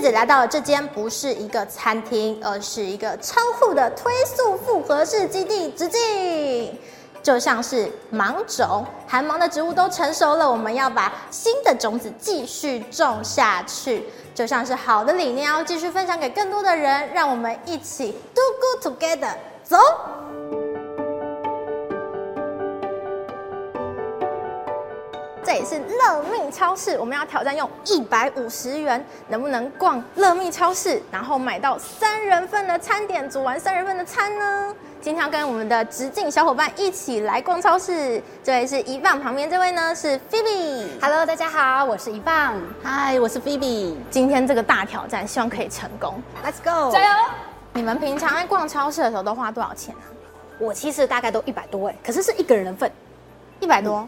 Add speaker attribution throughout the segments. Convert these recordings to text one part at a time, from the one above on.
Speaker 1: 子来到这间不是一个餐厅，而是一个超酷的推速复合式基地直径。就像是芒种，含芒的植物都成熟了，我们要把新的种子继续种下去。就像是好的理念要继续分享给更多的人，让我们一起 do good together，走。这里是乐命超市，我们要挑战用一百五十元能不能逛乐命超市，然后买到三人份的餐点，煮完三人份的餐呢？今天要跟我们的直径小伙伴一起来逛超市，这位是一棒，旁边这位呢是 Phoebe。
Speaker 2: Hello，大家好，我是一棒。
Speaker 3: 嗨，我是 Phoebe。
Speaker 1: 今天这个大挑战，希望可以成功，
Speaker 3: Let's go，
Speaker 2: 加油！
Speaker 1: 你们平常在逛超市的时候都花多少钱啊？
Speaker 2: 我其实大概都一百多哎，可是是一个人的份，嗯
Speaker 1: 一百多，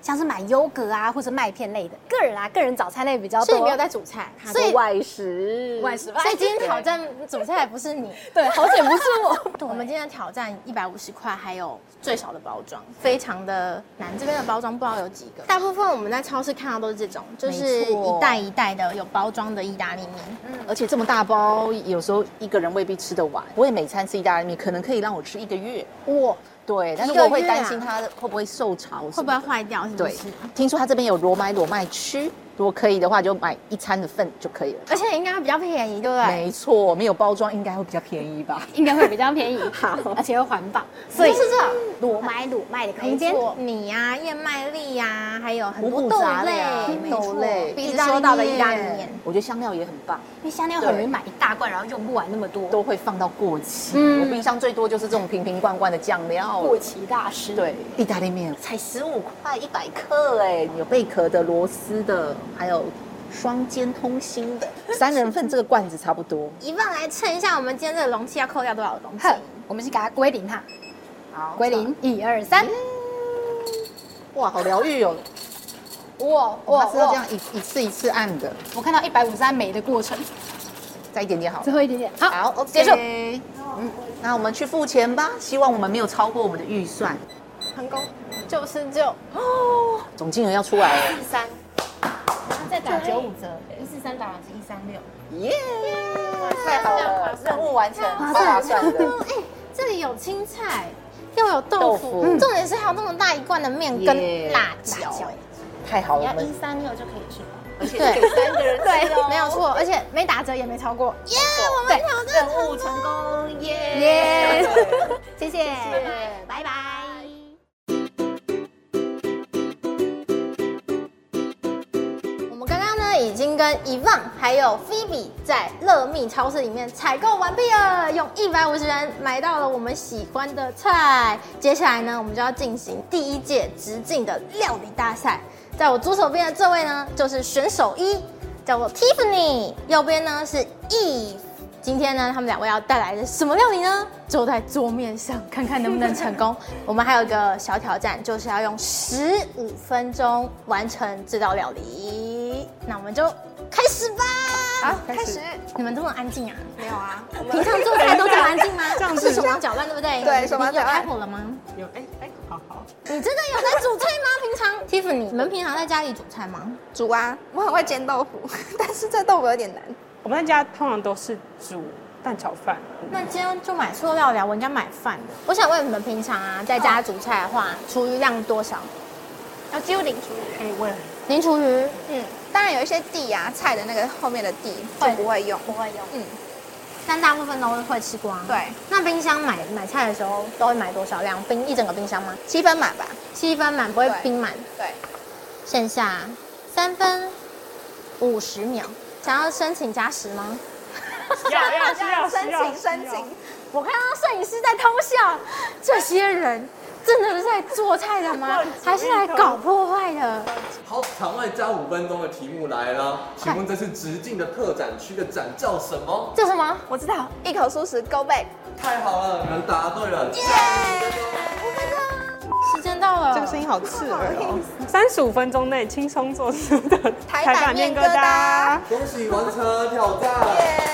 Speaker 2: 像是买优格啊或者麦片类的，个人啊个人早餐类比较多。
Speaker 1: 所以你没有在煮菜，
Speaker 3: 它
Speaker 1: 呃所以
Speaker 3: 的外食，
Speaker 2: 外食吧
Speaker 1: 所以今天挑战煮菜的不是你，
Speaker 2: 对，好险不是我。
Speaker 1: 我们今天的挑战一百五十块，还有最少的包装，非常的难。这边的包装不知道有几个，大部分我们在超市看到都是这种，就是
Speaker 3: 没错
Speaker 1: 一袋一袋的有包装的意大利面。
Speaker 3: 嗯而且这么大包，有时候一个人未必吃得完。我也每餐吃意大利面，可能可以让我吃一个月。
Speaker 1: 哇，
Speaker 3: 对，但是
Speaker 1: 一个
Speaker 3: 我会
Speaker 1: 月啊
Speaker 3: 担心它会不会受潮，
Speaker 1: 会不会？坏掉？是不
Speaker 3: 对
Speaker 1: 是？，
Speaker 3: 听说它这边有裸买裸卖区，如果可以的话，就买一餐的份就可以了。
Speaker 1: 而且应该比较便宜，对不对？
Speaker 3: 没错，没有包装应该会比较便宜吧？
Speaker 2: 应该会比较 便宜，
Speaker 3: 好
Speaker 2: 而且又环保，嗯
Speaker 1: 所
Speaker 2: 所
Speaker 1: 以
Speaker 2: 以
Speaker 1: 就是这种
Speaker 2: 裸买裸卖的空
Speaker 1: 没
Speaker 2: 间。
Speaker 1: 错，米呀、燕麦粒呀、还有很多
Speaker 3: 五谷
Speaker 1: 豆
Speaker 3: 杂
Speaker 1: 类
Speaker 3: 粮、没
Speaker 1: 豆
Speaker 3: 错
Speaker 1: 类，
Speaker 3: 意
Speaker 1: 一直
Speaker 3: 大利
Speaker 1: 说到的意大利
Speaker 3: 面
Speaker 1: 面。
Speaker 3: 我觉得香料也很棒，
Speaker 2: 因为香料很容易买一大罐，然后用不完那么多，
Speaker 3: 都会放到过期。
Speaker 2: 嗯
Speaker 3: 我冰箱最多就是这种瓶瓶罐罐的酱料了。
Speaker 2: 过期大师。
Speaker 3: 对，，意大利面才十五块一百克哎，有贝壳的、螺丝的，还有双肩通心的，三人份这个罐子差不多。
Speaker 1: 一棒来称一下，我们今天这个容器要扣掉多少东西
Speaker 2: 哼？，我们先给它归零哈，
Speaker 3: 好
Speaker 2: 归零，一二三。
Speaker 3: 哇，好疗愈哦！
Speaker 2: 哇
Speaker 3: 哇，是要这样一一次一次按的，
Speaker 2: 我看到一百五十三枚的过程，
Speaker 3: 再一点点好。
Speaker 2: 最后一点点。好，
Speaker 3: 好，OK，
Speaker 2: 结束。
Speaker 3: 嗯，那我们去付钱吧。希望我们没有超过我们的预算，
Speaker 1: 成功，九十九
Speaker 3: 总金额要出来了。
Speaker 1: 三，
Speaker 2: 再打
Speaker 1: 九五
Speaker 2: 折，
Speaker 1: 一四三打完是一三六。
Speaker 3: 耶！太好了，任务完成，
Speaker 2: 划算
Speaker 3: 超划算的。
Speaker 1: 哎、这里有青菜，又有豆腐，
Speaker 3: 豆腐
Speaker 1: 重点是还有那么大一罐的面跟
Speaker 3: Yeah
Speaker 1: 辣椒、
Speaker 2: 辣椒
Speaker 1: 哎
Speaker 3: 太好了，
Speaker 4: 你
Speaker 3: 我
Speaker 4: 要
Speaker 3: 们
Speaker 4: 一三六就可以去了。
Speaker 3: 而且
Speaker 1: 对
Speaker 3: 给三个人吃哦
Speaker 1: 对，没有错，而且没打折也没超过。耶、我们挑战
Speaker 3: 任务成功，耶！
Speaker 2: 耶！
Speaker 4: 谢谢，
Speaker 1: 拜拜。我们刚刚呢已经跟 Evan 还有 Phoebe 在乐蜜超市里面采购完毕了，用一百五十元买到了我们喜欢的菜。接下来呢，我们就要进行第一届直径的料理大赛。在我左手边的这位呢，就是选手一，叫做 Tiffany；右边呢是 Eve。今天呢，他们两位要带来的什么料理呢？就在桌面上，看看能不能成 功。我们还有一个小挑战，就是要用十五分钟完成这道料理。那我们就开始吧。
Speaker 3: 好开始。
Speaker 1: 你们这么安静啊？
Speaker 2: 没有啊，
Speaker 1: 平常做菜都这么安 静吗？这
Speaker 3: 样子
Speaker 1: 是手忙脚乱，对不对？
Speaker 3: 对
Speaker 1: 你
Speaker 3: 手忙脚乱
Speaker 1: 你有开火了吗？
Speaker 3: 有哎哎，好好
Speaker 1: 你真的有在煮菜吗？平常 Tiffany，你们平常在家里煮菜吗？
Speaker 5: 煮啊，我很会煎豆腐，但是这豆腐有点难。
Speaker 6: 我们在家通常都是煮蛋炒饭，
Speaker 1: 那今天就买塑料了，我应该买饭的。我想问你们，平常啊在家煮菜的话，厨余量多少？
Speaker 5: 然后几乎零厨余，
Speaker 6: 哎、我也
Speaker 1: 零厨余？
Speaker 5: 嗯，当然有一些地啊，菜的那个后面的地就
Speaker 1: 会
Speaker 5: 不会用。
Speaker 4: 不会用。
Speaker 5: 嗯，
Speaker 1: 但大部分都会吃光。
Speaker 5: 对，
Speaker 1: 那冰箱买买菜的时候都会买多少量？冰一整个冰箱吗？
Speaker 5: 七分满吧。
Speaker 1: 七分满不会
Speaker 5: 对
Speaker 1: 冰满，
Speaker 5: 对，
Speaker 1: 剩下三分五十秒。想要申请加时吗？
Speaker 6: 要 要需要
Speaker 5: 申
Speaker 6: 需要
Speaker 5: 请申请，
Speaker 1: 我看到摄影师在偷笑，这些人真的是在做菜 的吗？还是来搞破坏的？
Speaker 7: 好，场外加五分钟的题目来了，请问这次直径的特展区的展叫什么？
Speaker 1: 这什么？
Speaker 5: 我知道，一口素食 Go Back。
Speaker 7: 太好了，你们答对了。
Speaker 1: 时间到了，
Speaker 3: 这个声音好刺耳哦！
Speaker 6: 三十五分钟内轻松做出的
Speaker 5: 台版面疙瘩。
Speaker 7: 恭喜完成挑战。
Speaker 5: 耶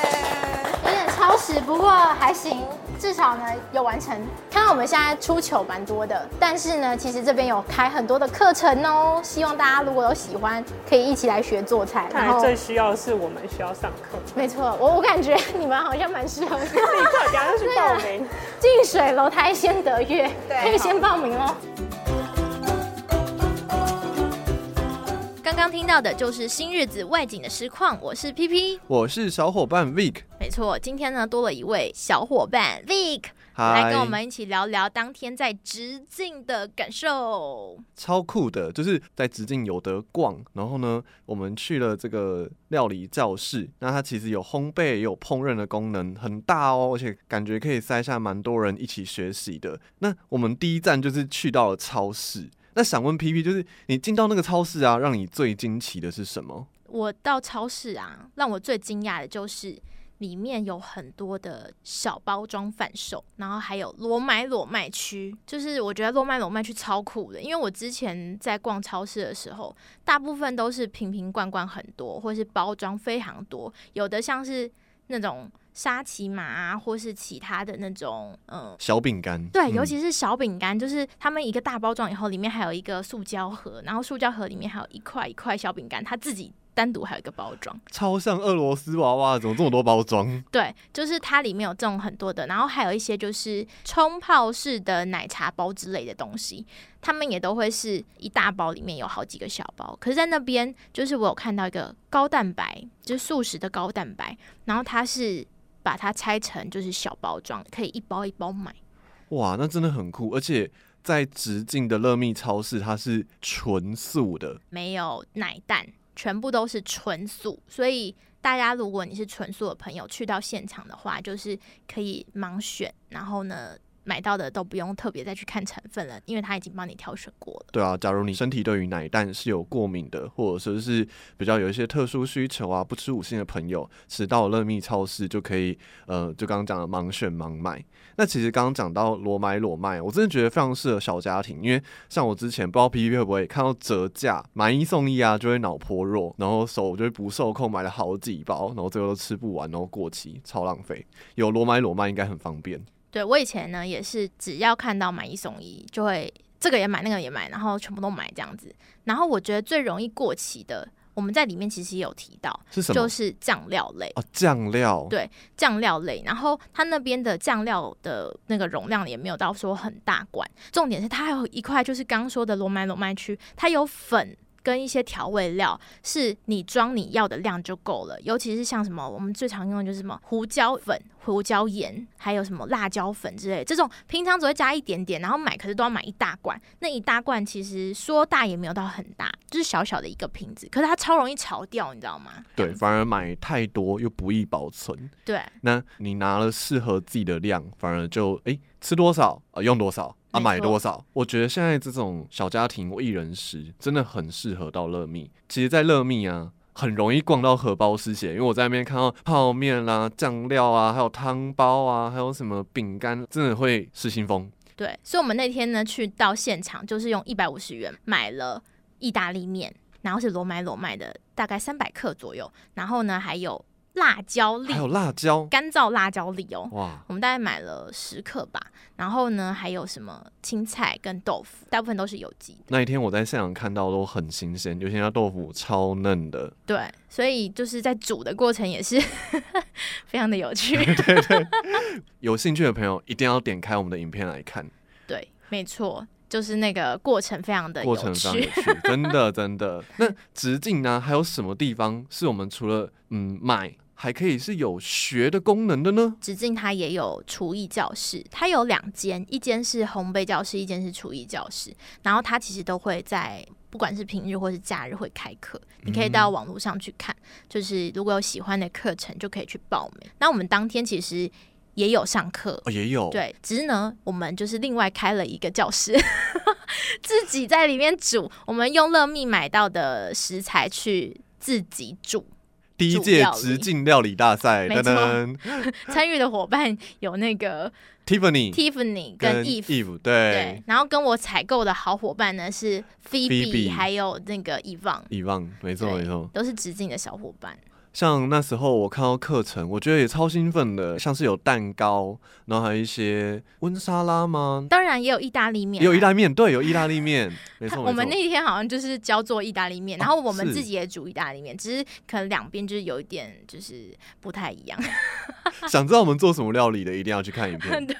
Speaker 1: 有点超时，不过还行。至少呢有完成。看到我们现在出糗蛮多的，但是呢，其实这边有开很多的课程哦，希望大家如果有喜欢，可以一起来学做菜。
Speaker 6: 看来最需要的是我们需要上 课，
Speaker 1: 没错，我我感觉你们好像蛮适合的。
Speaker 6: 立刻等下就去报
Speaker 1: 对
Speaker 6: 名
Speaker 1: 啊。近水楼台先得月，可以先报名哦。
Speaker 8: 刚刚听到的就是新日子外景的实况，我是 P P。
Speaker 9: 我是小伙伴 Vic，
Speaker 8: 没错，今天呢多了一位小伙伴 Vic 来
Speaker 9: 嗨，
Speaker 8: 跟我们一起聊聊当天在直径的感受。
Speaker 9: 超酷的，就是在直径有得逛，然后呢，我们去了这个料理教室，那它其实有烘焙也有烹饪的功能，很大哦，而且感觉可以塞下蛮多人一起学习的。那我们第一站就是去到了超市，那想问 P P，就是你进到那个超市啊，让你最惊奇的是什么？
Speaker 1: 嗯
Speaker 8: 我到超市啊，让我最惊讶的就是里面有很多的小包装贩售，然后还有裸买裸卖区，就是我觉得裸买裸卖区超酷的，因为我之前在逛超市的时候，大部分都是瓶瓶罐罐很多，或是包装非常多，有的像是那种沙琪玛啊，或是其他的那种嗯
Speaker 9: 小饼干，
Speaker 8: 对，
Speaker 9: 嗯
Speaker 8: 尤其是小饼干，就是他们一个大包装以后，里面还有一个塑胶盒，然后塑胶盒里面还有一块一块小饼干，它自己单独还有一个包装。
Speaker 9: 超像俄罗斯娃娃，怎么这么多包装？
Speaker 8: 对，就是它里面有这种很多的，然后还有一些就是冲泡式的奶茶包之类的东西，他们也都会是一大包里面有好几个小包。可是，在那边就是我有看到一个高蛋白，就是素食的高蛋白，然后它是把它拆成就是小包装，可以一包一包买。
Speaker 9: 哇，那真的很酷，而且在直径的乐蜜超市，它是纯素的，
Speaker 8: 没有奶蛋，全部都是纯素。所以大家如果你是纯素的朋友，去到现场的话，就是可以盲选，然后呢买到的都不用特别再去看成分了，因为他已经帮你挑选过了。
Speaker 9: 对啊，假如你身体对于奶蛋是有过敏的，或者说是比较有一些特殊需求啊，不吃五星的朋友，其实到了乐蜜超市就可以，呃，就刚刚讲的盲选盲买。那其实刚刚讲到裸买裸卖，我真的觉得非常适合小家庭，因为像我之前不知道 P P 会不会看到折价买一送一啊，就会脑颇弱，然后手就会不受控，买了好几包，然后最后都吃不完，然后过期，超浪费。有裸买裸卖应该很方便。
Speaker 8: 对我以前呢也是，只要看到买一送一，就会这个也买那个也买，然后全部都买这样子。然后我觉得最容易过期的，我们在里面其实也有提到，
Speaker 9: 是什么？
Speaker 8: 就是酱料类。
Speaker 9: 哦，酱料。
Speaker 8: 对酱料类，然后它那边的酱料的那个容量也没有到说很大罐，重点是它还有一块就是刚说的罗麦罗麦区，它有粉。跟一些调味料是你装你要的量就够了，尤其是像什么我们最常用的就是什么胡椒粉、胡椒盐，还有什么辣椒粉之类的，这种平常只会加一点点，然后买可是都要买一大罐，那一大罐其实说大也没有到很大，就是小小的一个瓶子，可是它超容易潮掉，你知道吗？
Speaker 9: 对，反而买太多又不易保存。
Speaker 8: 对，
Speaker 9: 那你拿了适合自己的量，反而就诶吃多少啊、用多少啊
Speaker 8: 没
Speaker 9: 买
Speaker 8: 错
Speaker 9: 多少。我觉得现在这种小家庭或一人食真的很适合到乐蜜。其实，在乐蜜啊。很容易逛到荷包失血，因为我在那边看到泡面啦、酱料啊，还有汤包啊，还有什么饼干，真的会失心疯。
Speaker 8: 对，所以我们那天呢去到现场，就是用一百五十元买了意大利面，然后是裸买裸卖的，大概三百克左右，然后呢还有辣椒粒
Speaker 9: 还，有辣椒，
Speaker 8: 干燥辣椒粒哦。
Speaker 9: 哇，
Speaker 8: 我们大概买了十克吧，然后呢，还有什么青菜跟豆腐，大部分都是有机的。
Speaker 9: 那一天我在现场看到都很新鲜，尤其那豆腐超嫩的，
Speaker 8: 对，所以就是在煮的过程也是 非常的 有趣。
Speaker 9: 有兴趣的朋友一定要点开我们的影片来看，
Speaker 8: 对，没错，就是那个过程非常的
Speaker 9: 过
Speaker 8: 有
Speaker 9: 程非常
Speaker 8: 趣
Speaker 9: 有。 趣，真的真的。那直径呢？还有什么地方是我们除了嗯买，还可以是有学的功能的呢？
Speaker 8: 直径它也有厨艺教室，它有两间，一间是烘焙教室，一间是厨艺教室。然后它其实都会在不管是平日或是假日会开课，你可以
Speaker 9: 嗯
Speaker 8: 到网络上去看，就是如果有喜欢的课程就可以去报名。那我们当天其实也有上课。
Speaker 9: 哦，也有，
Speaker 8: 对，只是呢，我们就是另外开了一个教室， 自己在里面煮。我们用乐蜜买到的食材去自己煮，
Speaker 9: 第一
Speaker 8: 主
Speaker 9: 届
Speaker 8: 料理
Speaker 9: 直径料理大赛，
Speaker 8: 没
Speaker 9: 噔
Speaker 8: 错
Speaker 9: 噔
Speaker 8: 参与的伙伴有那个
Speaker 9: ，Tiffany
Speaker 8: Tiffany 跟
Speaker 9: 跟
Speaker 8: Eve，
Speaker 9: Eve，
Speaker 8: 对
Speaker 9: 对，
Speaker 8: 然后跟我采购的好伙伴呢是 Phoebe，
Speaker 9: Phoebe
Speaker 8: 还有那个 Evan，
Speaker 9: 遗忘，没错
Speaker 8: 对
Speaker 9: 没错。
Speaker 8: 都是直径的小伙伴。
Speaker 9: 像那时候我看到课程，我觉得也超兴奋的，像是有蛋糕，然后还有一些温沙拉吗？
Speaker 8: 当然也有意大利面啊，
Speaker 9: 也有意大利面，对，有意大利面，没
Speaker 8: 他
Speaker 9: 错，
Speaker 8: 我们
Speaker 9: 没错
Speaker 8: 那天好像就是教做意大利面，
Speaker 9: 哦
Speaker 8: 然后我们
Speaker 9: 是
Speaker 8: 自己也煮意大利面，只是可能两边就是有一点就是不太一样。
Speaker 9: 想知道我们做什么料理的，一定要去看影片。
Speaker 8: 对，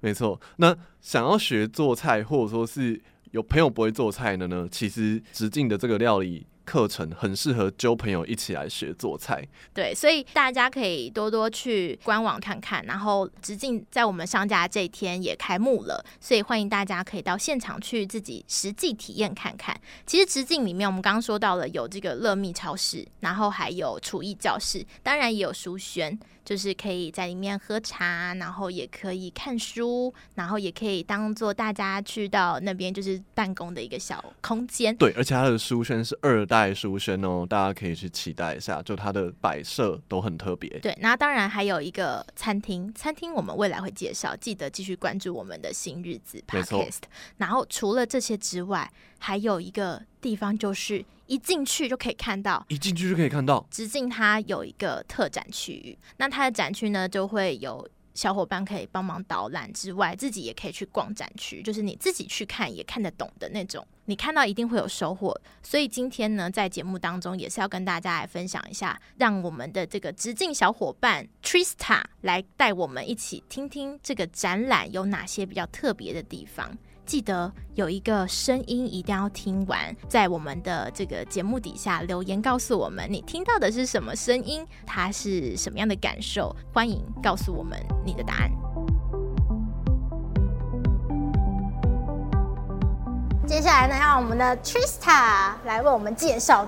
Speaker 9: 没错，那想要学做菜，或者说是有朋友不会做菜的呢，其实直径的这个料理课程很适合揪朋友一起来学做菜。
Speaker 8: 对，所以大家可以多多去官网看看，然后直径在我们上架这一天也开幕了，所以欢迎大家可以到现场去自己实际体验看看。其实直径里面我们刚刚说到了有这个乐蜜超市，然后还有厨艺教室，当然也有书轩，就是可以在里面喝茶，然后也可以看书，然后也可以当做大家去到那边就是办公的一个小空间。
Speaker 9: 对，而且它的书轩是二代书轩哦，大家可以去期待一下，就它的摆设都很特别。
Speaker 8: 对，那当然还有一个餐厅，餐厅我们未来会介绍，记得继续关注我们的新日子
Speaker 9: 没错
Speaker 8: Podcast。然后除了这些之外，还有一个地方就是一进去就可以看到。
Speaker 9: 一进去就可以看到，
Speaker 8: 直径它有一个特展区域，那它的展区呢就会有小伙伴可以帮忙导览之外，自己也可以去逛展区，就是你自己去看也看得懂的那种，你看到一定会有收获。所以今天呢，在节目当中也是要跟大家来分享一下，让我们的这个直径小伙伴 Trista 来带我们一起听听这个展览有哪些比较特别的地方。记得有一个声音一定要听完，在我们的这个节目底下留言告诉我们你听到的是什么声音，它是什么样的感受，欢迎告诉我们你的答案。
Speaker 1: 接下来呢，让我们的 Trista 来为我们介绍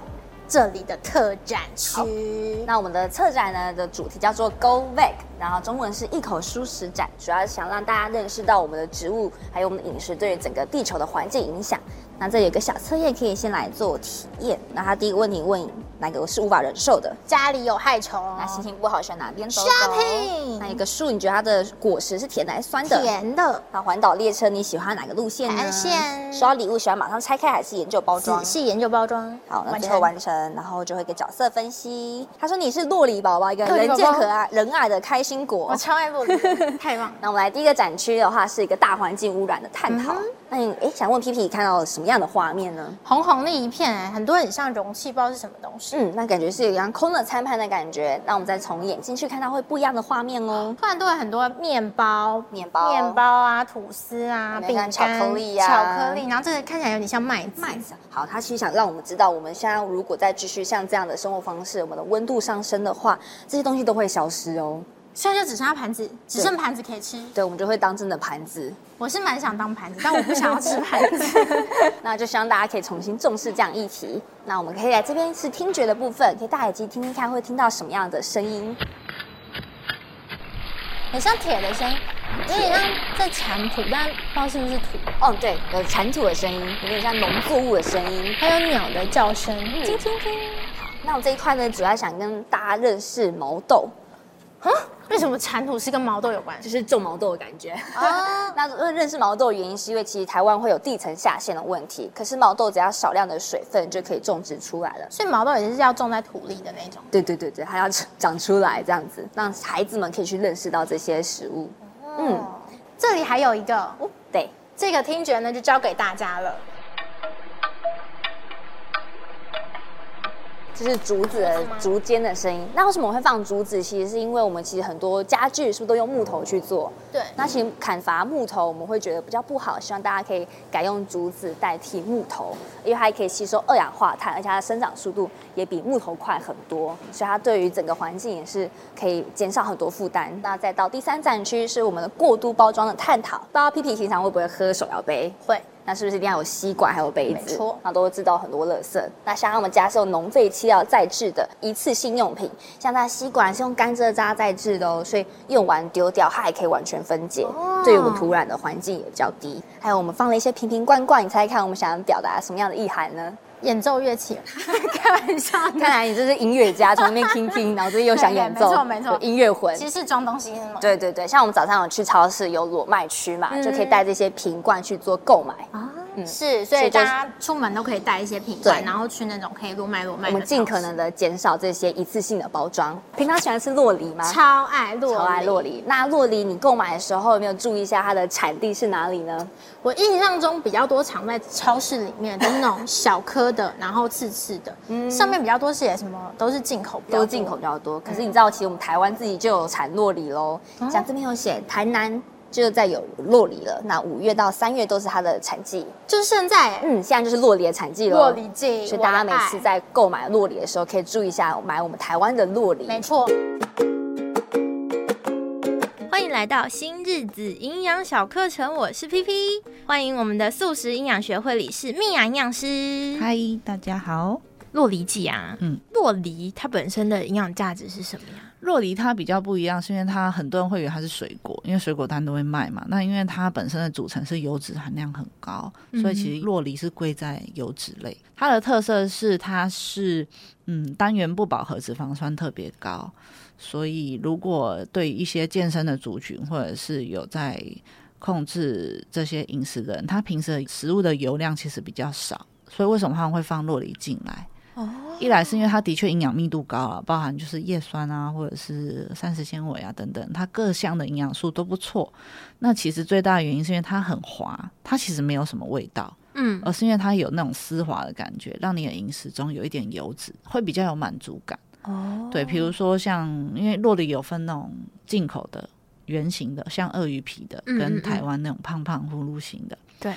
Speaker 1: 这里的特展区。
Speaker 10: 那我们的策展呢的主题叫做 Go Veg，然后中文是一口舒食展，主要是想让大家认识到我们的植物还有我们的饮食对于整个地球的环境影响。那这有一个小测验可以先来做体验。那它第一个问题问哪个是无法忍受的？
Speaker 1: 家里有害虫，
Speaker 10: 那心情不好选哪边走走
Speaker 1: Shopping
Speaker 10: 那一个树，你觉得它的果实是甜的还是酸的？
Speaker 1: 甜的，
Speaker 10: 那环岛列车你喜欢哪个路线呢？
Speaker 1: 海岸线
Speaker 10: 收到礼物喜欢马上拆开还是研究包装
Speaker 1: 仔？细研究包装，
Speaker 10: 好，那
Speaker 1: 完
Speaker 10: 最
Speaker 1: 成
Speaker 10: 后完成，然后就会给角色分析。他说你是洛里宝宝，一个
Speaker 1: 洛里宝
Speaker 10: 人
Speaker 1: 宝
Speaker 10: 见可爱、仁爱的开心果
Speaker 1: 我。超爱洛丽，太 棒了！
Speaker 10: 那我们来第一个展区的话，是一个大环境污染的探
Speaker 1: 嗯
Speaker 10: 讨。那你哎，想问皮皮看到了什么样的画面呢？
Speaker 1: 红红的一片、哎，很多很像容器，不知道是什么东西。
Speaker 10: 嗯，那感觉是有一张空的餐盘的感觉。那我们再从眼睛去看到会不一样的画面哦。
Speaker 1: 突然都有很多面包、
Speaker 10: 面包
Speaker 1: 面包啊、吐司啊、
Speaker 10: 里
Speaker 1: 饼干、
Speaker 10: 面看巧克力啊
Speaker 1: 巧克力，然后这个看起来有点像麦子，
Speaker 10: 麦子，好，他其实想让我们知道，我们现在如果再继续像这样的生活方式，我们的温度上升的话，这些东西都会消失哦。
Speaker 1: 现在就只剩下盘子，只剩盘子可以吃。
Speaker 10: 对，我们就会当真的盘子。
Speaker 1: 我是蛮想当盘子，但我不想要吃盘子。
Speaker 10: 那就希望大家可以重新重视这样议题。那我们可以来这边是听觉的部分，可以戴耳机听听看会听到什么样的声音。
Speaker 1: 很像铁的声音，有
Speaker 10: 嗯
Speaker 1: 点像在铲土，但不知道是不是土。
Speaker 10: 哦，对，有铲土的声音，有点像农作物的声音。
Speaker 1: 还有鸟的叫声，
Speaker 10: 叮叮叮。那我这一块呢，主要想跟大家认识毛豆，
Speaker 1: 为什么铲土是跟毛豆有关？
Speaker 10: 就是种毛豆的感觉。
Speaker 1: 哦
Speaker 10: 那认认识毛豆的原因是因为其实台湾会有地层下陷的问题，可是毛豆只要少量的水分就可以种植出来了。
Speaker 1: 所以毛豆也是要种在土里的那种。
Speaker 10: 对对对对，它要长出来这样子，让孩子们可以去认识到这些食物。
Speaker 1: 嗯，这里还有一个，哦
Speaker 10: 对，
Speaker 1: 这个听觉呢就交给大家了。
Speaker 10: 就是竹子的竹尖的声音。那为什么我会放竹子？其实是因为我们其实很多家具是不是都用木头去做？
Speaker 1: 对
Speaker 10: 那其实砍伐木头我们会觉得比较不好，希望大家可以改用竹子代替木头，因为它也可以吸收二氧化碳，而且它的生长速度也比木头快很多，所以它对于整个环境也是可以减少很多负担。那再到第三展区是我们的过度包装的探讨，不知道 P P 平常会不会喝手摇杯？
Speaker 1: 会，
Speaker 10: 那是不是一定要有吸管还有杯子？
Speaker 1: 没错
Speaker 10: 那都会制造很多垃圾。那像我们家是用农废弃料再制的一次性用品，像它的吸管是用甘蔗渣再制的哦，所以用完丢掉，它还可以完全分解，
Speaker 1: 哦
Speaker 10: 对于我们土壤的环境也比较低。还有我们放了一些瓶瓶罐罐，你猜猜看我们想要表达什么样的意涵 呢？
Speaker 1: 演奏乐 器，开玩笑的。
Speaker 10: 看来你这是音乐家，从那边听听，然后这边又想演奏，
Speaker 1: 对对 没错没错
Speaker 10: 有音乐魂。
Speaker 1: 其实是装东西是吗？
Speaker 10: 对对对，像我们早上有去超市有裸卖区嘛，就可以带这些瓶罐去做购买。
Speaker 1: 是，所以
Speaker 10: 嗯是就
Speaker 1: 大
Speaker 10: 是
Speaker 1: 家出门都可以带一些瓶罐，
Speaker 10: 对
Speaker 1: 然后去那种可以裸买裸卖
Speaker 10: 我
Speaker 1: 的
Speaker 10: 们
Speaker 1: 超市。
Speaker 10: 尽可能的减少这些一次性的包装。平常喜欢吃洛梨吗？
Speaker 1: 超爱洛梨，
Speaker 10: 超爱洛梨。那洛梨你购买的时候有没有注意一下它的产地是哪里呢？
Speaker 1: 我印象中比较多藏在超市里面，都是那种小颗的，然后刺刺的，上面比较多写什么嗯都是进口，
Speaker 10: 都进口。比较多。可是你知道，其实我们台湾自己就有产洛梨喽，
Speaker 1: 嗯
Speaker 10: 像这边有写台南。就是在有洛梨了，那五月到三月都是它的产季，
Speaker 1: 就是现在
Speaker 10: 嗯，现在就是洛梨的产季了。
Speaker 1: 洛梨季
Speaker 10: 所以大家
Speaker 1: 我的
Speaker 10: 每
Speaker 1: 爱
Speaker 10: 次在购买洛梨的时候，可以注意一下买我们台湾的洛梨。
Speaker 1: 没错，
Speaker 8: 欢迎来到新日子营养小课程，我是 P P，欢迎我们的素食营养学会理事蜜雅营养师。
Speaker 11: 嗨，大家好。
Speaker 8: 洛梨剂啊，
Speaker 11: 嗯
Speaker 8: 洛梨它本身的营养价值是什么呀？
Speaker 11: 洛梨它比较不一样，是因为它很多人会以为它是水果，因为水果单都会卖嘛。那因为它本身的组成是油脂含量很高，所以其实洛梨是归在油脂类。它的特色是它是嗯单元不饱和脂肪酸特别高，所以如果对一些健身的族群或者是有在控制这些饮食的人，他平时的食物的油量其实比较少，所以为什么他们会放洛梨进来？一来是因为它的确营养密度高啊，包含就是叶酸啊，或者是膳食纤维啊等等，它各项的营养素都不错。那其实最大的原因是因为它很滑，它其实没有什么味道，
Speaker 8: 嗯，
Speaker 11: 而是因为它有那种丝滑的感觉，让你的饮食中有一点油脂，会比较有满足感。哦，对，比如说像因为洛梨有分那种进口的圆形的，像鳄鱼皮的，
Speaker 8: 嗯嗯
Speaker 11: 跟
Speaker 8: 嗯
Speaker 11: 台湾那种胖胖葫芦形的。
Speaker 8: 对，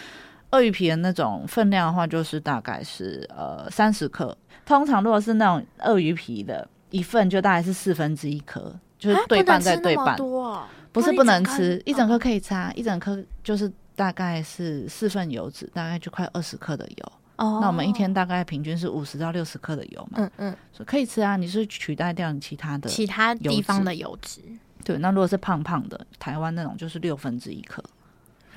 Speaker 11: 鳄鱼皮的那种分量的话，就是大概是呃三十克。通常如果是那种鳄鱼皮的，一份就大概是四分之一颗，就是对半再对半。
Speaker 8: 多、哦，
Speaker 11: 不是
Speaker 8: 那
Speaker 11: 不能
Speaker 8: 一整颗嗯
Speaker 11: 吃，一整颗可以擦，一整颗就是大概是四份油脂，大概就快二十克的油。
Speaker 8: 哦
Speaker 11: 那我们一天大概平均是五十到六十克的油嘛，
Speaker 8: 嗯嗯，
Speaker 11: 所以可以吃啊。你是取代掉你其他的，
Speaker 8: 其他地方
Speaker 11: 油脂
Speaker 8: 的油脂，
Speaker 11: 对。那如果是胖胖的，台湾那种就是六分之一克，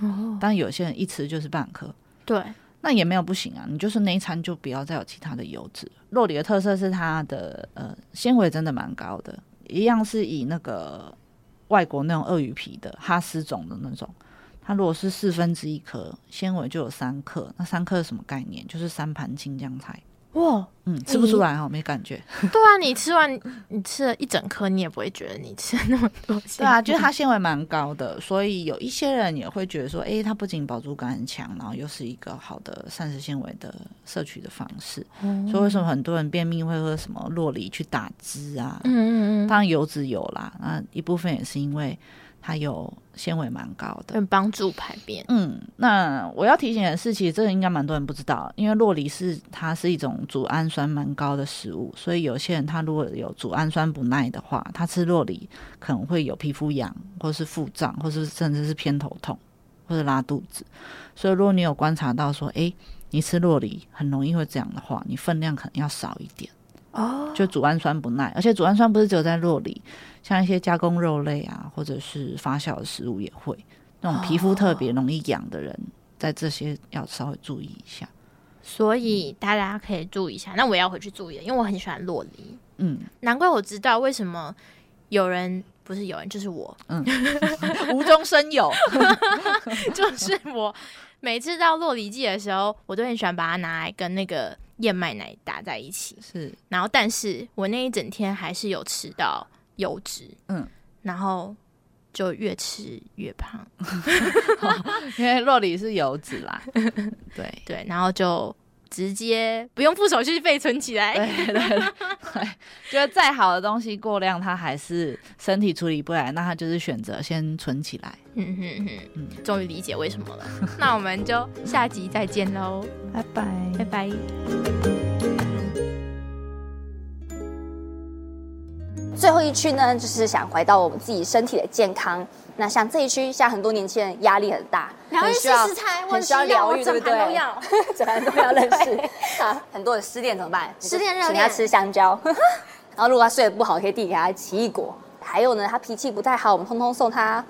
Speaker 8: 哦，
Speaker 11: 但有些人一吃就是半颗，
Speaker 8: 对，
Speaker 11: 那也没有不行啊，你就是那一餐就不要再有其他的油脂。肉里的特色是它的呃纤维真的蛮高的，一样是以那个外国那种鳄鱼皮的哈斯种的那种，它如果是四分之一颗，纤维就有三克。那三克是什么概念？就是三盘青江菜。
Speaker 8: 哇，
Speaker 11: 嗯，吃不出来哦，没感觉。
Speaker 8: 对啊，你吃完你吃了一整颗，你也不会觉得你吃了那么多，
Speaker 11: 对啊，就是它纤维蛮高的，所以有一些人也会觉得说，诶，它不仅饱足感很强，然后又是一个好的膳食纤维的摄取的方式。
Speaker 8: 哦
Speaker 11: 所以为什么很多人便秘会喝什么洛梨去打汁啊？
Speaker 8: 嗯嗯嗯，
Speaker 11: 当然油脂有啦，那一部分也是因为它有纤维蛮高的。
Speaker 8: 很嗯帮助排便，
Speaker 11: 嗯，那我要提醒的是，其实这个应该蛮多人不知道，因为洛梨是它是一种组氨酸蛮高的食物，所以有些人他如果有组氨酸不耐的话，他吃洛梨可能会有皮肤痒，或是腹胀，或是甚至是偏头痛，或者拉肚子。所以如果你有观察到说，诶，你吃洛梨很容易会这样的话，你分量可能要少一点。哦，就组氨酸不耐，而且组氨酸不是只有在洛梨，像一些加工肉类啊，或者是发酵的食物也会。那种皮肤特别容易痒的人，在这些要稍微注意一下。
Speaker 8: 所以大家可以注意一下。那我也要回去注意了，因为我很喜欢洛梨，
Speaker 11: 嗯，
Speaker 8: 难怪我知道为什么有人。不是有人，就是我，
Speaker 11: 无中生有。
Speaker 8: 就是我。每次到洛梨季的时候，我都很喜欢把它拿来跟那个燕麦奶打在一起。
Speaker 11: 是，
Speaker 8: 然后但是我那一整天还是有吃到油脂，
Speaker 11: 嗯，
Speaker 8: 然后就越吃越胖，
Speaker 11: 因为洛里是油脂啦。对，
Speaker 8: 对，然后就直接不用付手续费存起来，
Speaker 11: 对对对，就是再好的东西过量，它还是身体处理不来，那它就是选择先存起来。
Speaker 8: 嗯哼哼，
Speaker 11: 嗯，
Speaker 8: 终于理解为什么了。那我们就下集再见喽，
Speaker 11: 拜拜
Speaker 8: 拜拜。
Speaker 10: 最后一区呢，就是想回到我们自己身体的健康。那像这一区，像很多年轻人压力很大，
Speaker 1: 疗愈
Speaker 10: 很
Speaker 1: 式
Speaker 10: 需要
Speaker 1: 食材，我
Speaker 10: 很需要疗愈，
Speaker 1: 整
Speaker 10: 对不
Speaker 1: 盘
Speaker 10: 对？
Speaker 1: 都 要。
Speaker 10: 整盘都要认 识。啊，很多人失恋怎么办？
Speaker 1: 失恋热恋
Speaker 10: 请他吃香蕉。 然后如果他睡得不好，可以递给他奇异果。还有呢，他脾气不太好，我们通通送他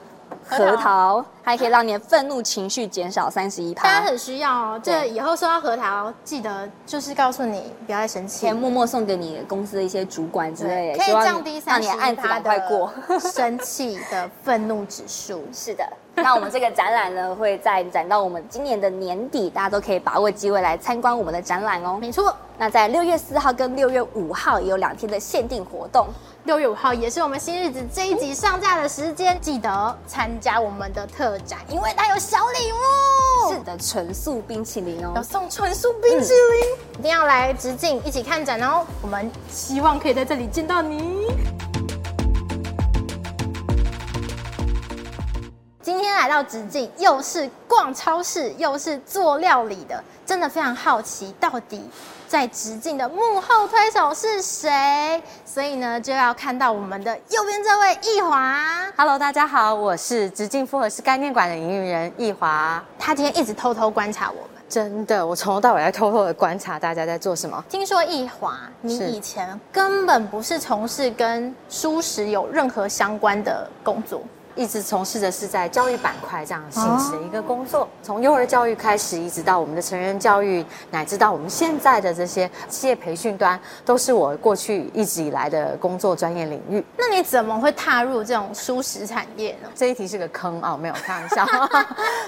Speaker 10: 核桃，还可以让你的愤怒情绪减少三十一
Speaker 1: 大家。
Speaker 10: 趴
Speaker 1: 很需要哦，
Speaker 10: 对
Speaker 1: 这以后收到核桃，记得就是告诉你不要再生
Speaker 10: 可
Speaker 1: 气
Speaker 10: 以，默默送给你公司的一些主管之类的，
Speaker 1: 可以
Speaker 10: 希望
Speaker 1: 降低
Speaker 10: 让
Speaker 1: 三
Speaker 10: 你
Speaker 1: 十
Speaker 10: 的案子
Speaker 1: 他
Speaker 10: 赶快过。
Speaker 1: 的生气的愤怒指数。
Speaker 10: 是的， 那我们这个展览呢，会在展到我们今年的年底，大家都可以把握机会来参观我们的展览哦。
Speaker 1: 没错，
Speaker 10: 那在六月四号跟六月五号也有两天的限定活动。
Speaker 1: 六月五号也是我们新日子这一集上架的时间，记得参加我们的特展，因为它有小礼物，
Speaker 10: 是的，纯素冰淇淋
Speaker 1: 有
Speaker 10: 哦。
Speaker 1: 送纯素冰淇淋，嗯一定要来直径一起看展哦。我们希望可以在这里见到你。今天来到直径，又是逛超市，又是做料理的，真的非常好奇，到底在直径的幕后推手是谁？所以呢，就要看到我们的右边这位易华，
Speaker 3: Hello，大家好，我是直径复合式概念馆的营运人易华。
Speaker 1: 他今天一直偷偷观察我们。
Speaker 3: 真的，我从头到尾在偷偷的观察大家在做什么。
Speaker 1: 听说易华，你
Speaker 3: 是
Speaker 1: 以前根本不是从事跟舒适有任何相关的工作，
Speaker 3: 一直从事的是在教育板块这样性质的一个工作，从幼儿教育开始，一直到我们的成人教育，乃至到我们现在的这些企业培训端，都是我过去一直以来的工作专业领域。
Speaker 1: 那你怎么会踏入这种舒适产业呢？
Speaker 3: 这一题是个坑哦，没有开玩笑。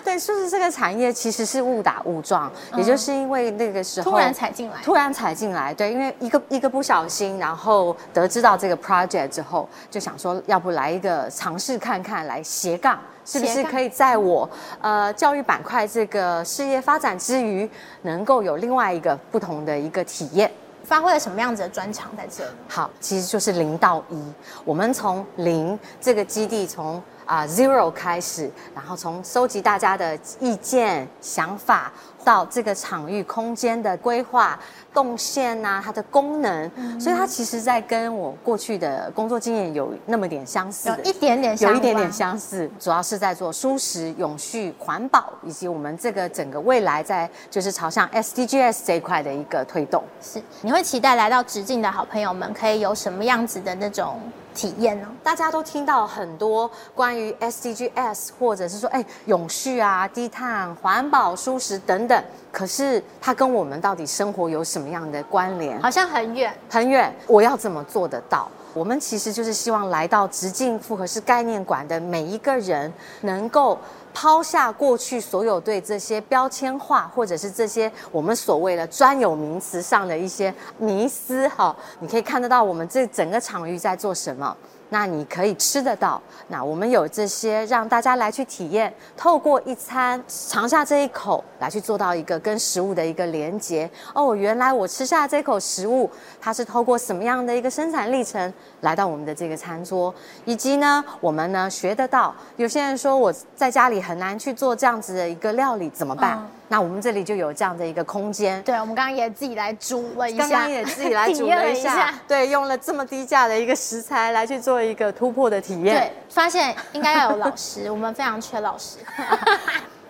Speaker 3: 对，舒适这个产业其实是误打误撞，也就是因为那个时候
Speaker 1: 突然踩进来，
Speaker 3: 突然踩进来，对，因为一个一个不小心，然后得知到这个 project 之后，就想说，要不来一个尝试看看，来斜杠，是不
Speaker 1: 斜
Speaker 3: 是
Speaker 1: 杠
Speaker 3: 可以在我呃教育板块这个事业发展之余，能够有另外一个不同的一个体验。
Speaker 1: 发挥了什么样子的专长在这里？
Speaker 3: 好，其实就是零到一，我们从零这个基地从啊、zero 开始，然后从收集大家的意见、想法，到这个场域空间的规划、动线呐、它的功能，所以它其实在跟我过去的工作经验有那么点相似
Speaker 1: 有
Speaker 3: 的
Speaker 1: 一点点相关，
Speaker 3: 有一点点相似，主要是在做舒适、永续、环保，以及我们这个整个未来在就是朝向 SDGs 这一块的一个推动。
Speaker 1: 是。你会期待来到直径的好朋友们可以有什么样子的那种体验呢？
Speaker 3: 大家都听到很多关于 SDGs 或者是说哎永续啊、低碳、环保、舒适等等，可是它跟我们到底生活有什么样的关联？
Speaker 1: 好像很远，
Speaker 3: 很远，我要怎么做得到？我们其实就是希望来到直径复合式概念馆的每一个人，能够抛下过去所有对这些标签化，或者是这些我们所谓的专有名词上的一些迷思哈。你可以看得到我们这整个场域在做什么。那你可以吃得到。那我们有这些让大家来去体验，透过一餐尝下这一口，来去做到一个跟食物的一个连接。哦，原来我吃下这口食物，它是透过什么样的一个生产历程来到我们的这个餐桌，以及呢，我们呢学得到。有些人说我在家里很难去做这样子的一个料理，怎么办？
Speaker 1: 嗯
Speaker 3: 那我们这里就有这样的一个空间，
Speaker 1: 对我们刚刚也自己来煮了一下，
Speaker 3: 刚刚也自己来
Speaker 1: 体
Speaker 3: 煮
Speaker 1: 验
Speaker 3: 了
Speaker 1: 了
Speaker 3: 一
Speaker 1: 一
Speaker 3: 下
Speaker 1: 下，
Speaker 3: 对，用了这么低价的一个食材来去做一个突破的体验。
Speaker 1: 对，发现应该要有老师，我们非常缺老 师。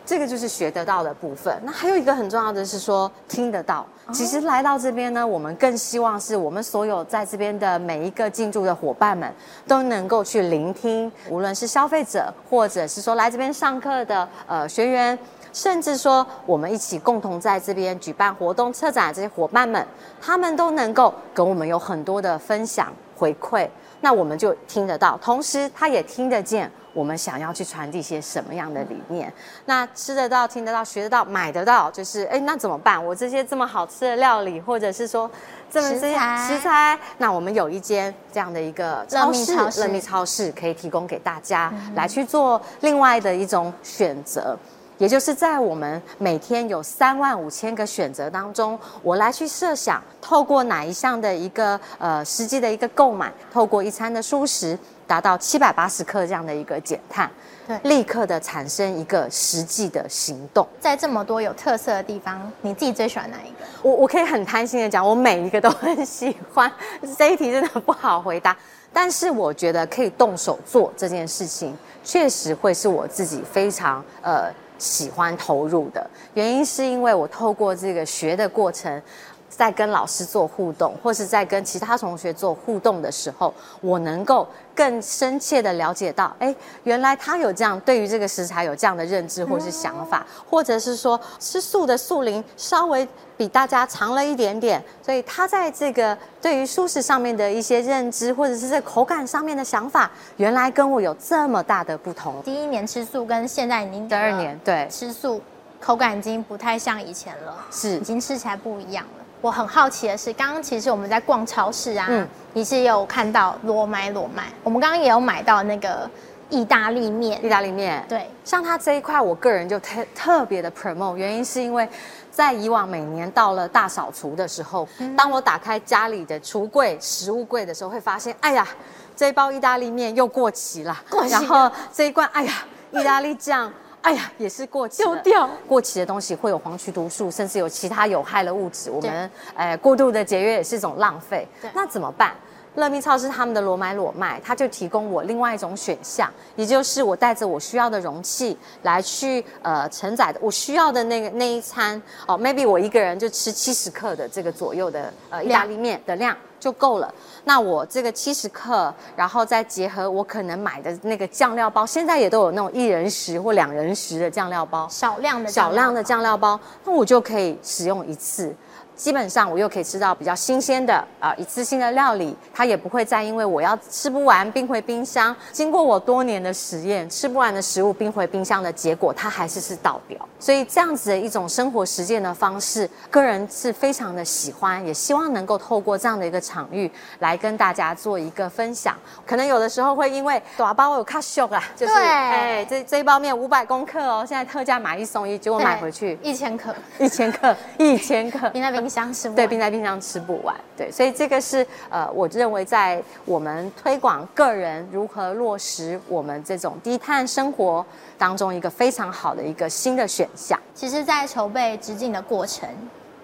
Speaker 3: 这个就是学得到的部分。那还有一个很重要的是说听得到。其实来到这边呢，我们更希望是我们所有在这边的每一个进驻的伙伴们都能够去聆听，无论是消费者，或者是说来这边上课的呃学员，甚至说我们一起共同在这边举办活动、策展的这些伙伴们，他们都能够跟我们有很多的分享回馈。那我们就听得到，同时他也听得见我们想要去传递些什么样的理念。那吃得到、听得到、学得到、买得到，就是哎，那怎么办？我这些这么好吃的料理，或者是说这么
Speaker 1: 食
Speaker 3: 这些
Speaker 1: 材
Speaker 3: 食材，那我们有一间这样的一个
Speaker 1: 乐
Speaker 3: 超
Speaker 1: 密
Speaker 3: 市，
Speaker 1: 超市
Speaker 3: 乐密超市可以提供给大家、来去做另外的一种选择。也就是在我们每天有三万五千个选择当中，我来去设想，透过哪一项的一个呃实际的一个购买，透过一餐的舒适，达到七百八十克这样的一个减碳，
Speaker 1: 对
Speaker 3: 立刻的产生一个实际的行动。
Speaker 1: 在这么多有特色的地方，你自己最喜欢哪一个？
Speaker 3: 我我可以很贪心的讲，我每一个都很喜欢。这一题真的不好回答，但是我觉得可以动手做这件事情，确实会是我自己非常呃喜欢投入的。原因是因为我透过这个学的过程，在跟老师做互动，或是在跟其他同学做互动的时候，我能够更深切的了解到，哎，原来他有这样对于这个食材有这样的认知或是想法，或者是说吃素的素龄稍微比大家长了一点点，所以他在这个对于素食上面的一些认知，或者是在口感上面的想法，原来跟我有这么大的不同。
Speaker 1: 第一年吃素跟现在已经
Speaker 3: 第二年对
Speaker 1: 吃素，口感已经不太像以前了，
Speaker 3: 是
Speaker 1: 已经吃起来不一样了。我很好奇的是，刚刚其实我们在逛超市啊，
Speaker 3: 嗯
Speaker 1: 你是有看到裸买裸卖，我们刚刚也有买到那个意大利面，
Speaker 3: 意大利面，
Speaker 1: 对，
Speaker 3: 像它这一块，我个人就特特别的 promote，原因是因为在以往每年到了大扫除的时候，当我打开家里的橱柜、食物柜的时候，会发现，哎呀，这包意大利面又过期了，
Speaker 1: 过期了
Speaker 3: 然后这一罐，哎呀，意大利酱。哎呀，也是过期了
Speaker 1: 丢掉
Speaker 3: 过期的东西会有黄曲毒素，甚至有其他有害的物质。我
Speaker 1: 对
Speaker 3: 们呃过度的节约也是一种浪费
Speaker 1: 对。
Speaker 3: 那怎么办？乐蜜超市他们的裸买裸卖，它就提供我另外一种选项，也就是我带着我需要的容器来去呃承载的我需要的那个那一餐哦，maybe 我一个人就吃七十克的这个左右的呃意大利面的量就够了。那我这个七十克，然后再结合我可能买的那个酱料包，现在也都有那种一人食或两人食的酱料包，
Speaker 1: 少量的
Speaker 3: 少量
Speaker 1: 的
Speaker 3: 的酱料包，那我就可以使用一次。基本上我又可以吃到比较新鲜的啊、呃一次性的料理，它也不会再因为我要吃不完冰回冰箱。经过我多年的实验，吃不完的食物冰回冰箱的结果，它还是是倒掉。所以这样子的一种生活实践的方式，个人是非常的喜欢，也希望能够透过这样的一个场域来跟大家做一个分享。可能有的时候会因为打包有卡秀啦，就是
Speaker 1: 对
Speaker 3: 哎这这一包面五百公克哦，现在特价买一送一，结果买回去
Speaker 1: 一千克，
Speaker 3: 一千克，一千克，
Speaker 1: 冰在冰箱吃不完
Speaker 3: 对，冰在冰箱吃不完，对，所以这个是呃，我认为在我们推广个人如何落实我们这种低碳生活当中一个非常好的一个新的选项。
Speaker 1: 其实，在筹备直径的过程，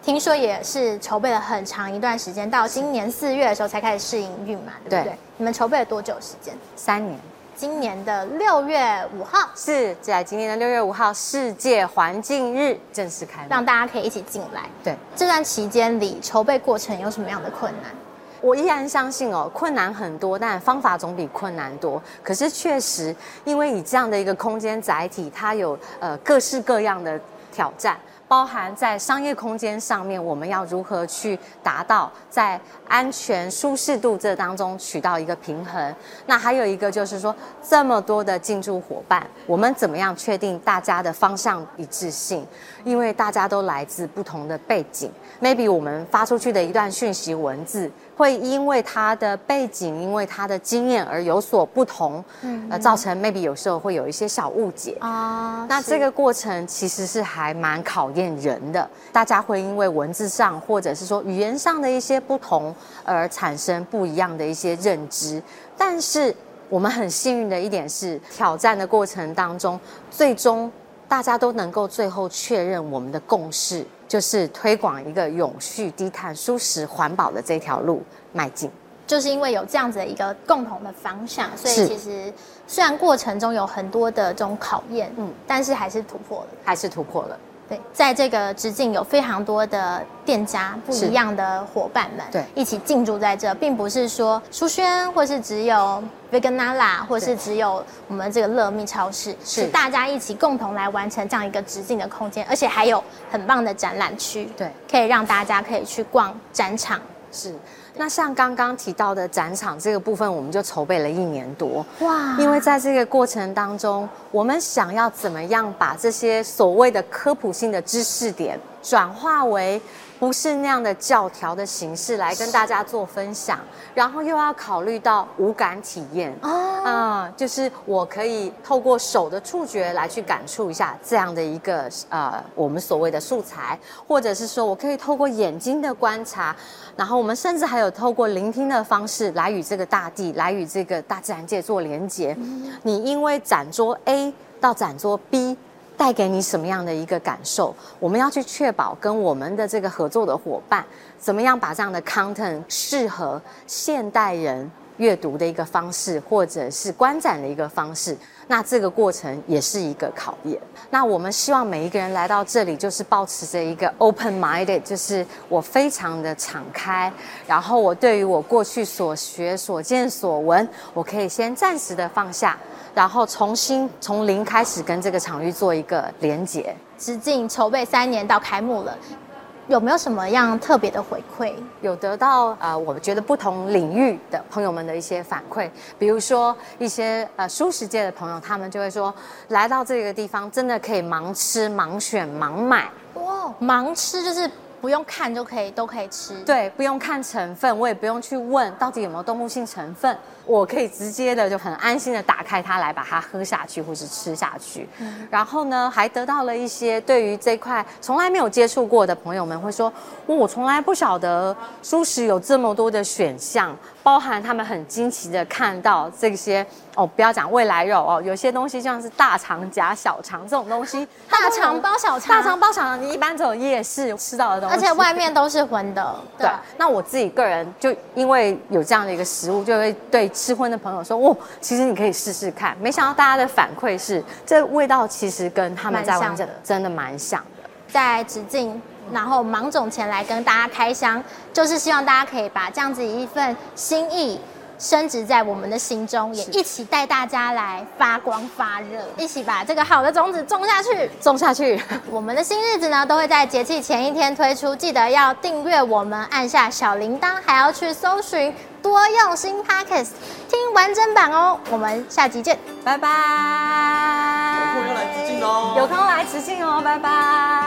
Speaker 1: 听说也是筹备了很长一段时间，到今年四月的时候才开始试营运嘛，对不对？
Speaker 3: 对
Speaker 1: 你们筹备了多久时间？
Speaker 3: 三年
Speaker 1: 今年的六月五号，
Speaker 3: 是在今年的六月五号世界环境日正式开幕，
Speaker 1: 让大家可以一起进来。
Speaker 3: 对。
Speaker 1: 这段期间里，筹备过程有什么样的困难？
Speaker 3: 我依然相信哦，困难很多，但方法总比困难多。可是确实，因为以这样的一个空间载体，它有呃各式各样的挑战，包含在商业空间上面，我们要如何去达到在安全舒适度这当中取到一个平衡。那还有一个就是说，这么多的进驻伙伴，我们怎么样确定大家的方向一致性？因为大家都来自不同的背景，maybe 我们发出去的一段讯息文字。会因为他的背景，因为他的经验而有所不同，
Speaker 1: 嗯
Speaker 3: 呃，造成 maybe 有时候会有一些小误解。
Speaker 1: 啊
Speaker 3: 那这个过程其实是还蛮考验人的，大家会因为文字上或者是说语言上的一些不同而产生不一样的一些认知。但是我们很幸运的一点是，挑战的过程当中，最终大家都能够最后确认我们的共识，就是推广一个永续、低碳、舒适、环保的这条路迈进。
Speaker 1: 就是因为有这样子的一个共同的方向，所以
Speaker 3: 是
Speaker 1: 其实虽然过程中有很多的这种考验，嗯
Speaker 3: 嗯，
Speaker 1: 但是还是突破了。
Speaker 3: 还是突破了。
Speaker 1: 对，在这个直径有非常多的店家，不
Speaker 3: 是
Speaker 1: 一样的伙伴们，
Speaker 3: 对
Speaker 1: 一起进驻在这，并不是说书轩或是只有 Veganala，或是
Speaker 3: 对
Speaker 1: 只有我们这个乐蜜超市，
Speaker 3: 是
Speaker 1: 大家一起共同来完成这样一个直径的空间，而且还有很棒的展览区，
Speaker 3: 对，
Speaker 1: 可以让大家可以去逛展场。
Speaker 3: 是。那像刚刚提到的展场这个部分，我们就筹备了一年多。
Speaker 1: 哇
Speaker 3: 因为在这个过程当中，我们想要怎么样把这些所谓的科普性的知识点，转化为不是那样的教条的形式来跟大家做分享，然后又要考虑到无感体验。
Speaker 1: 哦，
Speaker 3: 啊、就是我可以透过手的触觉来去感触一下这样的一个呃，我们所谓的素材，或者是说我可以透过眼睛的观察，然后我们甚至还有透过聆听的方式来与这个大地、来与这个大自然界做连接。你因为展桌 A 到展桌 B。带给你什么样的一个感受？我们要去确保跟我们的这个合作的伙伴，怎么样把这样的 content 适合现代人阅读的一个方式，或者是观展的一个方式。那这个过程也是一个考验。那我们希望每一个人来到这里，就是保持着一个 open minded，就是我非常的敞开，然后我对于我过去所学、所见、所闻，我可以先暂时的放下，然后重新从零开始跟这个场域做一个连接。
Speaker 1: 直径筹备三年到开幕了，有没有什么样特别的回馈？
Speaker 3: 有得到啊、呃我觉得不同领域的朋友们的一些反馈，比如说一些呃舒适界的朋友，他们就会说，来到这个地方真的可以盲吃、盲选、盲买，
Speaker 1: 哇，哦盲吃就是不用看就可以，都可以吃。
Speaker 3: 对，不用看成分，我也不用去问到底有没有动物性成分，我可以直接的就很安心的打开它来把它喝下去或是吃下去。然后呢，还得到了一些对于这块从来没有接触过的朋友们会说，哦我从来不晓得素食有这么多的选项，包含他们很惊奇的看到这些哦，不要讲未来肉哦，有些东西像是大肠夹小肠这种东西，
Speaker 1: 大肠包小肠
Speaker 3: 大肠包小肠，你一般走夜市吃到的东西，
Speaker 1: 而且外面都是荤的，啊
Speaker 3: 对，那我自己个人就因为有这样的一个食物，就会对吃荤的朋友说，哦，其实你可以试试看。没想到大家的反馈是，这味道其实跟他们在
Speaker 1: 蛮
Speaker 3: 玩
Speaker 1: 像
Speaker 3: 这
Speaker 1: 的
Speaker 3: 真的蛮像的。
Speaker 1: 在直径，然后芒种前来跟大家开箱，就是希望大家可以把这样子一份心意升值在我们的心中，也一起带大家来发光发热，一起把这个好的种子种下去，
Speaker 3: 种下去。
Speaker 1: 我们的新日子呢，都会在节气前一天推出，记得要订阅我们，按下小铃铛，还要去搜寻多用心 Podcast 听完整版哦。我们下集见，
Speaker 3: 拜拜。
Speaker 7: 有空要来致敬哦。
Speaker 3: 有空来直径哦，拜拜。